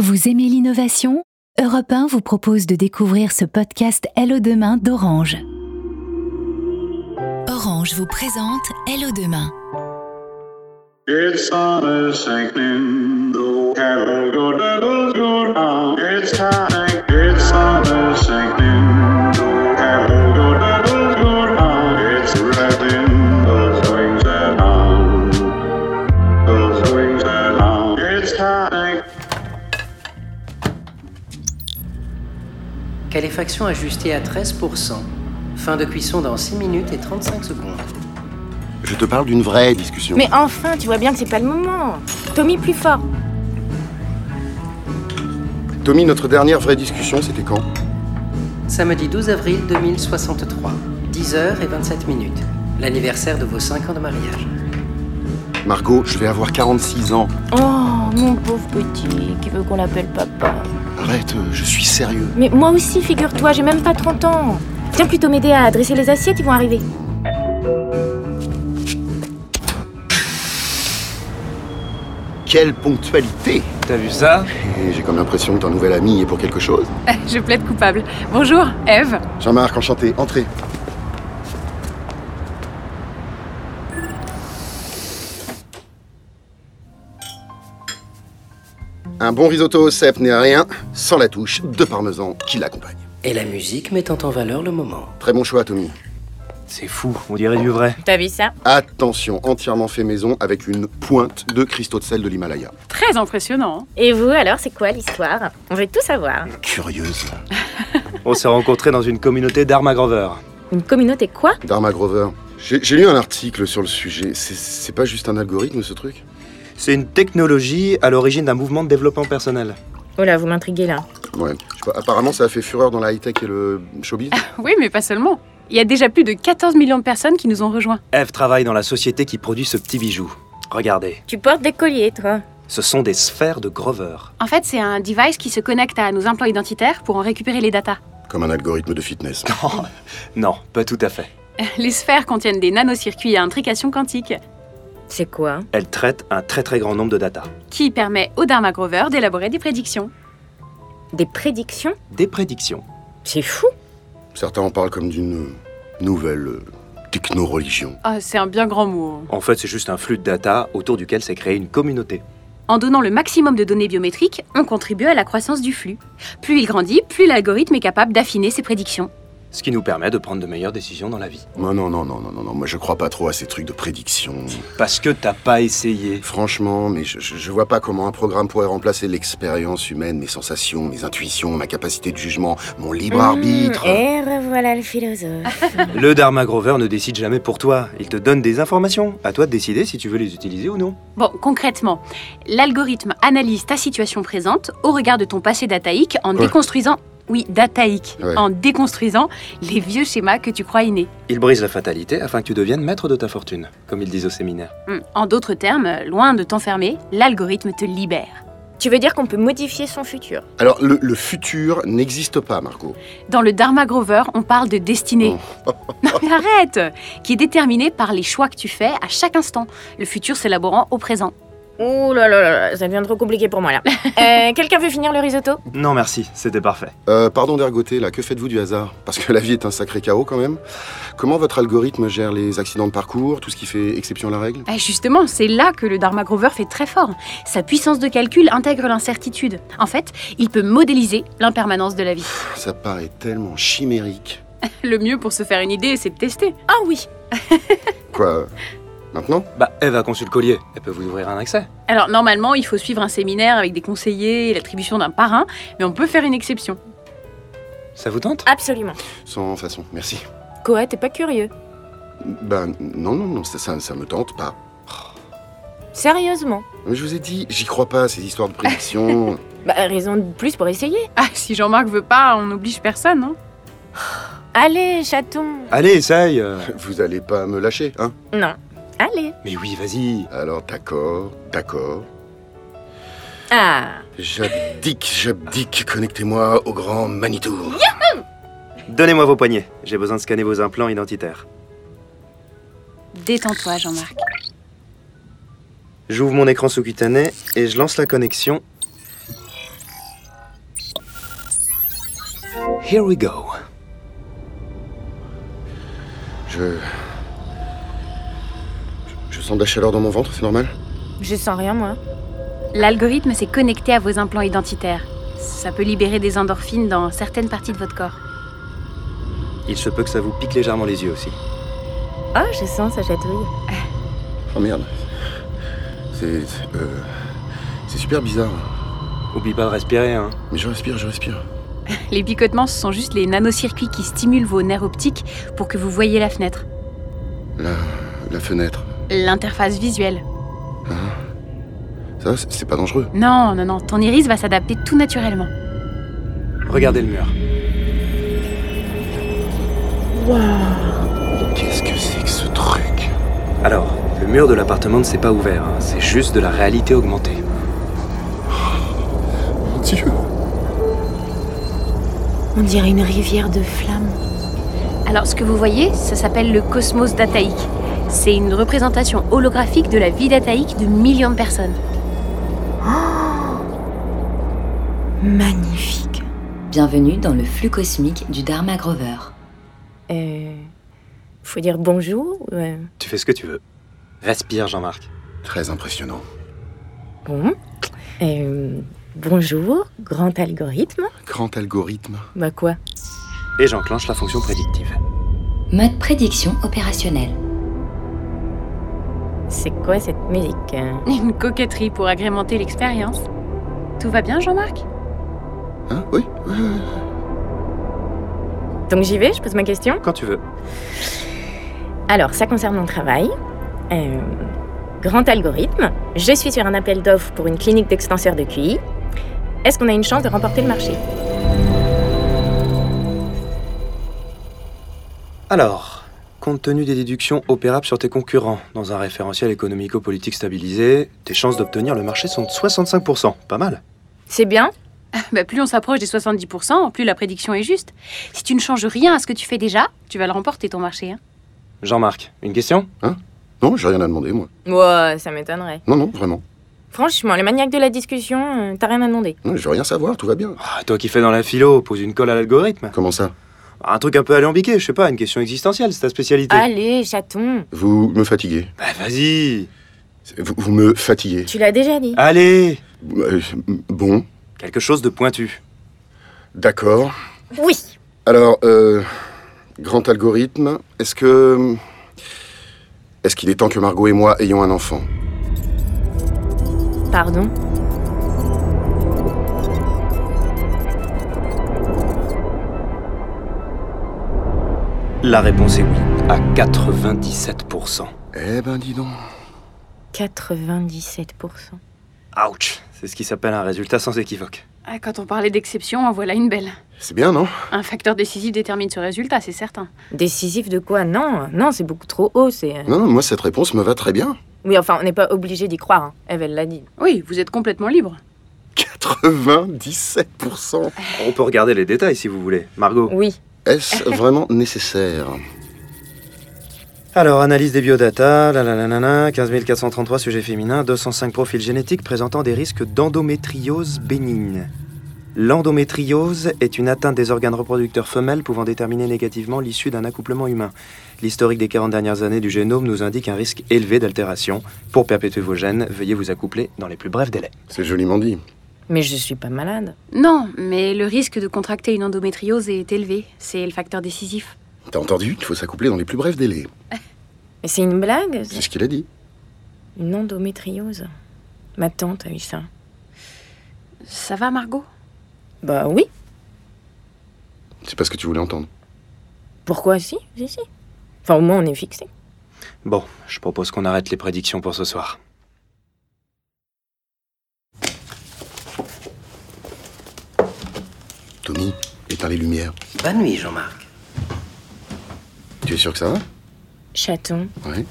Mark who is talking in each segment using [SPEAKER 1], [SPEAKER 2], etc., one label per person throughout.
[SPEAKER 1] Vous aimez l'innovation Europe 1 vous propose de découvrir ce podcast Hello Demain d'Orange. Orange vous présente Hello Demain.
[SPEAKER 2] It's on a sinking, the cattle go down, go down. It's time, it's on a sinking, the cattle go down, go down. It's rising, the swings are down, the swings are down. It's time.
[SPEAKER 3] Qualifaction ajustée à 13%. Fin de cuisson dans 6 minutes et 35 secondes.
[SPEAKER 4] Je te parle d'une vraie discussion.
[SPEAKER 5] Mais enfin, tu vois bien que c'est pas le moment. Tommy, plus fort.
[SPEAKER 4] Tommy, notre dernière vraie discussion, c'était quand
[SPEAKER 3] Samedi 12 avril 2063. 10h et 27 minutes. L'anniversaire de vos 5 ans de mariage.
[SPEAKER 4] Margot, je vais avoir 46 ans.
[SPEAKER 5] Oh, mon pauvre petit, qui veut qu'on l'appelle papa.
[SPEAKER 4] Arrête, euh, je suis sérieux.
[SPEAKER 5] Mais moi aussi, figure-toi, j'ai même pas 30 ans. Viens plutôt m'aider à dresser les assiettes, ils vont arriver.
[SPEAKER 4] Quelle ponctualité
[SPEAKER 6] T'as vu ça
[SPEAKER 4] Et J'ai comme l'impression que ton nouvel ami est pour quelque chose.
[SPEAKER 7] Je plaide coupable. Bonjour, Eve.
[SPEAKER 4] Jean-Marc, enchanté, entrez. Un bon risotto au cèpe n'est rien sans la touche de parmesan qui l'accompagne.
[SPEAKER 3] Et la musique mettant en valeur le moment.
[SPEAKER 4] Très bon choix, Tommy.
[SPEAKER 6] C'est fou, on dirait du vrai.
[SPEAKER 5] T'as vu ça
[SPEAKER 4] Attention, entièrement fait maison avec une pointe de cristaux de sel de l'Himalaya.
[SPEAKER 7] Très impressionnant. hein.
[SPEAKER 5] Et vous, alors, c'est quoi l'histoire On veut tout savoir.
[SPEAKER 4] Curieuse.
[SPEAKER 6] On s'est rencontrés dans une communauté d'armes à Grover.
[SPEAKER 5] Une communauté quoi
[SPEAKER 4] Dharma Grover. J'ai j'ai lu un article sur le sujet. C'est- C'est pas juste un algorithme, ce truc
[SPEAKER 6] C'est une technologie à l'origine d'un mouvement de développement personnel.
[SPEAKER 5] Oh là, vous m'intriguez là.
[SPEAKER 4] Ouais. Je sais pas, apparemment, ça a fait fureur dans la high-tech et le showbiz.
[SPEAKER 7] Oui, mais pas seulement. Il y a déjà plus de 14 millions de personnes qui nous ont rejoints.
[SPEAKER 6] Eve travaille dans la société qui produit ce petit bijou. Regardez,
[SPEAKER 5] Tu portes des colliers, toi.
[SPEAKER 6] ce sont des sphères de Grover.
[SPEAKER 7] En fait, c'est un device qui se connecte à nos implants identitaires pour en récupérer les datas.
[SPEAKER 4] Comme un algorithme de fitness.
[SPEAKER 6] Oh, non, pas tout à fait.
[SPEAKER 7] Les sphères contiennent des nanocircuits à intrication quantique
[SPEAKER 5] C'est quoi
[SPEAKER 6] Elle traite un très très grand nombre de data.
[SPEAKER 7] qui permet au Dharma Grover d'élaborer des prédictions.
[SPEAKER 5] Des prédictions
[SPEAKER 6] Des prédictions.
[SPEAKER 5] C'est fou.
[SPEAKER 4] Certains en parlent comme d'une euh, nouvelle euh, techno-religion.
[SPEAKER 7] Oh, c'est un bien grand mot. hein.
[SPEAKER 6] En fait, c'est juste un flux de data autour duquel s'est créée une communauté.
[SPEAKER 7] En donnant le maximum de données biométriques, on contribue à la croissance du flux. Plus il grandit, plus l'algorithme est capable d'affiner ses prédictions.
[SPEAKER 6] Ce qui nous permet de prendre de meilleures décisions dans la vie.
[SPEAKER 4] Non, non, non, non, non, non, non. Moi, je crois pas trop à ces trucs de prédiction.
[SPEAKER 6] Parce que t'as pas essayé.
[SPEAKER 4] Franchement, mais je, je- je vois pas comment un programme pourrait remplacer l'expérience humaine, mes sensations, mes intuitions, ma capacité de jugement, mon libre arbitre.
[SPEAKER 5] Mmh, et revoilà le philosophe.
[SPEAKER 6] Le Dharma Grover ne décide jamais pour toi. Il te donne des informations. À toi de décider si tu veux les utiliser ou non.
[SPEAKER 7] Bon, concrètement, l'algorithme analyse ta situation présente au regard de ton passé dataïque en
[SPEAKER 4] Ouais.
[SPEAKER 7] déconstruisant, oui, dataïque,
[SPEAKER 4] Ouais.
[SPEAKER 7] en déconstruisant les vieux schémas que tu crois innés.
[SPEAKER 6] Il brise la fatalité afin que tu deviennes maître de ta fortune, comme ils disent au séminaire.
[SPEAKER 7] Hmm, En d'autres termes, loin de t'enfermer, l'algorithme te libère.
[SPEAKER 5] Tu veux dire qu'on peut modifier son futur
[SPEAKER 4] Alors, le, le futur n'existe pas, Margot.
[SPEAKER 7] Dans le Dharma Grover, on parle de destinée.
[SPEAKER 4] Oh.
[SPEAKER 7] non mais arrête Qui est déterminée par les choix que tu fais à chaque instant, le futur s'élaborant au présent.
[SPEAKER 5] Oh là là là, là, ça devient trop compliqué pour moi là. Euh, Quelqu'un veut finir le risotto
[SPEAKER 6] Non merci, c'était parfait.
[SPEAKER 4] Euh, pardon d'ergoter, là, que faites-vous du hasard Parce que la vie est un sacré chaos quand même. Comment votre algorithme gère les accidents de parcours, tout ce qui fait exception à la règle
[SPEAKER 7] Bah, justement, c'est là que le Dharma Grover fait très fort. Sa puissance de calcul intègre l'incertitude. En fait, il peut modéliser l'impermanence de la vie.
[SPEAKER 4] Ça paraît tellement chimérique.
[SPEAKER 7] Le mieux pour se faire une idée, c'est de tester.
[SPEAKER 5] Ah oui
[SPEAKER 4] Quoi euh, Maintenant
[SPEAKER 6] Bah, Eve a conçu le collier. Elle peut vous ouvrir un accès.
[SPEAKER 7] Alors normalement, il faut suivre un séminaire avec des conseillers et l'attribution d'un parrain, mais on peut faire une exception.
[SPEAKER 6] Ça vous tente
[SPEAKER 5] Absolument.
[SPEAKER 4] Sans façon, merci.
[SPEAKER 5] Quoi, t'es pas curieux
[SPEAKER 4] Ben non, non, non, ça, ça, ça me tente pas.
[SPEAKER 5] Sérieusement
[SPEAKER 4] Mais Je vous ai dit, j'y crois pas, ces histoires de prédiction.
[SPEAKER 5] Bah, raison de plus pour essayer.
[SPEAKER 7] Ah, si Jean-Marc veut pas, on n'oblige personne. Hein.
[SPEAKER 5] Allez, chaton
[SPEAKER 6] Allez, essaye euh.
[SPEAKER 4] vous allez pas me lâcher, hein
[SPEAKER 5] Non. Allez.
[SPEAKER 6] Mais oui, vas-y.
[SPEAKER 4] Alors d'accord, d'accord.
[SPEAKER 5] Ah.
[SPEAKER 4] J'abdique, j'abdique, connectez-moi au grand Manitou.
[SPEAKER 6] Donnez-moi vos poignets. J'ai besoin de scanner vos implants identitaires.
[SPEAKER 7] Détends-toi, Jean-Marc.
[SPEAKER 6] J'ouvre mon écran sous-cutané et je lance la connexion. Here we go.
[SPEAKER 4] Je. Je sens de la chaleur dans mon ventre, c'est normal
[SPEAKER 5] Je sens rien, moi.
[SPEAKER 7] L'algorithme s'est connecté à vos implants identitaires. Ça peut libérer des endorphines dans certaines parties de votre corps.
[SPEAKER 6] Il se peut que ça vous pique légèrement les yeux aussi.
[SPEAKER 5] Oh, je sens, ça chatouille.
[SPEAKER 4] Oh merde. C'est. euh, c'est super bizarre.
[SPEAKER 6] Oublie pas de respirer, hein.
[SPEAKER 4] Mais je respire, je respire.
[SPEAKER 7] Les picotements, ce sont juste les nanocircuits qui stimulent vos nerfs optiques pour que vous voyez la fenêtre.
[SPEAKER 4] La. la fenêtre.
[SPEAKER 7] L'interface visuelle.
[SPEAKER 4] Ça, c'est c'est pas dangereux.
[SPEAKER 7] Non, non, non, ton iris va s'adapter tout naturellement.
[SPEAKER 6] Regardez le mur.
[SPEAKER 4] Qu'est-ce que c'est que ce truc
[SPEAKER 6] Alors, le mur de l'appartement ne s'est pas ouvert, hein. c'est juste de la réalité augmentée.
[SPEAKER 4] Mon dieu
[SPEAKER 5] On dirait une rivière de flammes.
[SPEAKER 7] Alors, ce que vous voyez, ça s'appelle le cosmos dataïque. C'est une représentation holographique de la vie dataïque de millions de personnes.
[SPEAKER 5] Magnifique.
[SPEAKER 8] Bienvenue dans le flux cosmique du Dharma Grover.
[SPEAKER 5] Euh. Faut dire bonjour ou, euh,
[SPEAKER 6] Tu fais ce que tu veux. Respire, Jean-Marc.
[SPEAKER 4] Très impressionnant.
[SPEAKER 5] Bon. Euh, bonjour, grand algorithme.
[SPEAKER 4] Grand algorithme.
[SPEAKER 5] Bah quoi
[SPEAKER 6] Et j'enclenche la fonction prédictive.
[SPEAKER 8] Mode prédiction opérationnelle.
[SPEAKER 5] C'est quoi cette musique euh
[SPEAKER 7] Une coquetterie pour agrémenter l'expérience. Tout va bien, Jean-Marc
[SPEAKER 4] Hein Oui oui, oui,
[SPEAKER 5] Donc j'y vais, je pose ma question.
[SPEAKER 6] Quand tu veux.
[SPEAKER 5] Alors, ça concerne mon travail. Euh, grand algorithme. Je suis sur un appel d'offres pour une clinique d'extenseurs de QI. Est-ce qu'on a une chance de remporter le marché
[SPEAKER 6] Alors, compte tenu des déductions opérables sur tes concurrents dans un référentiel économico-politique stabilisé, tes chances d'obtenir le marché sont de 65%. Pas mal.
[SPEAKER 5] C'est bien
[SPEAKER 7] Bah, plus on s'approche des 70%, plus la prédiction est juste. Si tu ne changes rien à ce que tu fais déjà, tu vas le remporter ton marché. hein.
[SPEAKER 6] Jean-Marc, une question
[SPEAKER 4] Non, j'ai rien à demander, moi.
[SPEAKER 5] Ouais, ça m'étonnerait.
[SPEAKER 4] Non, non, vraiment.
[SPEAKER 5] Franchement, le maniaque de la discussion, euh, t'as rien à demander.
[SPEAKER 4] Non, je veux rien savoir, tout va bien.
[SPEAKER 6] Ah, Toi qui fais dans la philo, pose une colle à l'algorithme.
[SPEAKER 4] Comment ça
[SPEAKER 6] Un truc un peu alambiqué, je sais pas, une question existentielle, c'est ta spécialité.
[SPEAKER 5] Allez, chaton
[SPEAKER 4] Vous me fatiguez.
[SPEAKER 6] Bah vas-y
[SPEAKER 4] Vous, vous me fatiguez.
[SPEAKER 5] Tu l'as déjà dit.
[SPEAKER 6] Allez
[SPEAKER 4] Euh, Bon,
[SPEAKER 6] Quelque chose de pointu.
[SPEAKER 4] d'accord.
[SPEAKER 5] Ah. Oui
[SPEAKER 4] Alors, euh, grand algorithme, est-ce que. Est-ce qu'il est temps que Margot et moi ayons un enfant
[SPEAKER 5] Pardon
[SPEAKER 6] La réponse est oui, à 97%.
[SPEAKER 4] Eh ben, dis donc.
[SPEAKER 5] 97%.
[SPEAKER 6] Ouch C'est ce qui s'appelle un résultat sans équivoque.
[SPEAKER 7] Ah, Quand on parlait d'exception, en voilà une belle.
[SPEAKER 4] C'est bien, non
[SPEAKER 7] Un facteur décisif détermine ce résultat, c'est certain.
[SPEAKER 5] Décisif de quoi Non, non, c'est beaucoup trop haut, c'est... euh,
[SPEAKER 4] Non, non, moi, cette réponse me va très bien.
[SPEAKER 5] Oui, enfin, on n'est pas obligé d'y croire. hein. Eve, elle l'a dit.
[SPEAKER 7] Oui, vous êtes complètement libre.
[SPEAKER 4] 97%
[SPEAKER 6] On peut regarder les détails si vous voulez, Margot.
[SPEAKER 5] Oui.
[SPEAKER 4] Est-ce vraiment nécessaire
[SPEAKER 6] Alors, analyse des biodata, la la la la la, 15 433 sujets féminins, 205 profils génétiques présentant des risques d'endométriose bénigne. L'endométriose est une atteinte des organes reproducteurs femelles pouvant déterminer négativement l'issue d'un accouplement humain. L'historique des 40 dernières années du génome nous indique un risque élevé d'altération. Pour perpétuer vos gènes, veuillez vous accoupler dans les plus brefs délais.
[SPEAKER 4] C'est joliment dit.
[SPEAKER 5] Mais je suis pas malade.
[SPEAKER 7] Non, mais le risque de contracter une endométriose est élevé. C'est le facteur décisif.
[SPEAKER 4] T'as entendu Il faut s'accoupler dans les plus brefs délais.
[SPEAKER 5] Mais c'est une blague
[SPEAKER 4] C'est ce qu'il a dit.
[SPEAKER 5] Une endométriose. Ma tante a eu ça.
[SPEAKER 7] Ça va, Margot
[SPEAKER 5] Bah oui.
[SPEAKER 4] C'est pas ce que tu voulais entendre.
[SPEAKER 5] Pourquoi si Si, si. Enfin, au moins, on est fixé.
[SPEAKER 6] Bon, je propose qu'on arrête les prédictions pour ce soir.
[SPEAKER 4] Tommy, éteins les lumières.
[SPEAKER 3] Bonne nuit, Jean-Marc.
[SPEAKER 4] Tu es sûr que ça va
[SPEAKER 5] Chaton,
[SPEAKER 4] Ouais.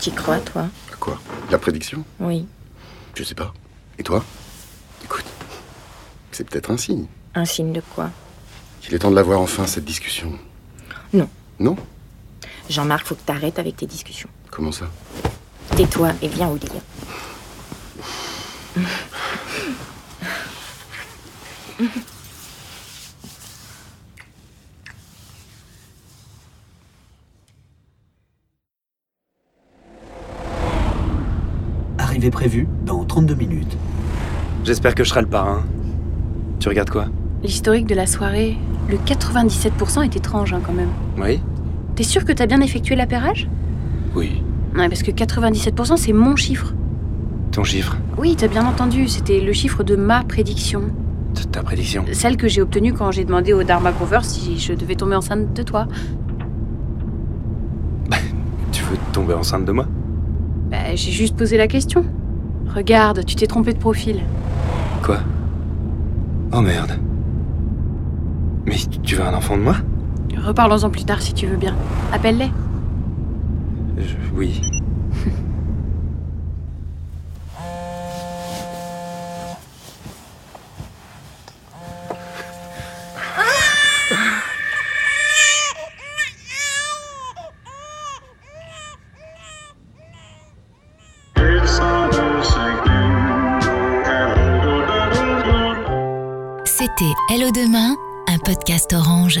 [SPEAKER 5] t'y crois, toi
[SPEAKER 4] À quoi La prédiction
[SPEAKER 5] Oui.
[SPEAKER 4] Je sais pas. Et toi Écoute, c'est peut-être un signe.
[SPEAKER 5] Un signe de quoi
[SPEAKER 4] Il est temps de l'avoir enfin, cette discussion.
[SPEAKER 5] Non.
[SPEAKER 4] Non
[SPEAKER 5] Jean-Marc, faut que t'arrêtes avec tes discussions.
[SPEAKER 4] Comment ça
[SPEAKER 5] Tais-toi et viens au lit.
[SPEAKER 9] Rendez-vous est prévu dans 32 minutes.
[SPEAKER 6] J'espère que je serai le parrain. Tu regardes quoi
[SPEAKER 7] L'historique de la soirée, le 97% est étrange hein, quand même.
[SPEAKER 6] Oui
[SPEAKER 7] T'es sûr que t'as bien effectué l'appairage
[SPEAKER 6] Oui.
[SPEAKER 7] Ouais, parce que 97% c'est mon chiffre.
[SPEAKER 6] Ton chiffre
[SPEAKER 7] Oui, t'as bien entendu, c'était le chiffre de ma prédiction.
[SPEAKER 6] de Ta prédiction
[SPEAKER 7] Celle que j'ai obtenue quand j'ai demandé au Dharma Grover si je devais tomber enceinte de toi.
[SPEAKER 6] Tu veux tomber enceinte de moi
[SPEAKER 7] Bah, j'ai juste posé la question. Regarde, tu t'es trompé de profil.
[SPEAKER 6] Quoi Oh merde. Mais tu veux un enfant de moi
[SPEAKER 7] Reparlons-en plus tard si tu veux bien. Appelle-les.
[SPEAKER 6] Je- Oui.
[SPEAKER 2] It's on a sinking, no cattle, go doodle, doodle.
[SPEAKER 1] C'était Hello Demain, un podcast orange.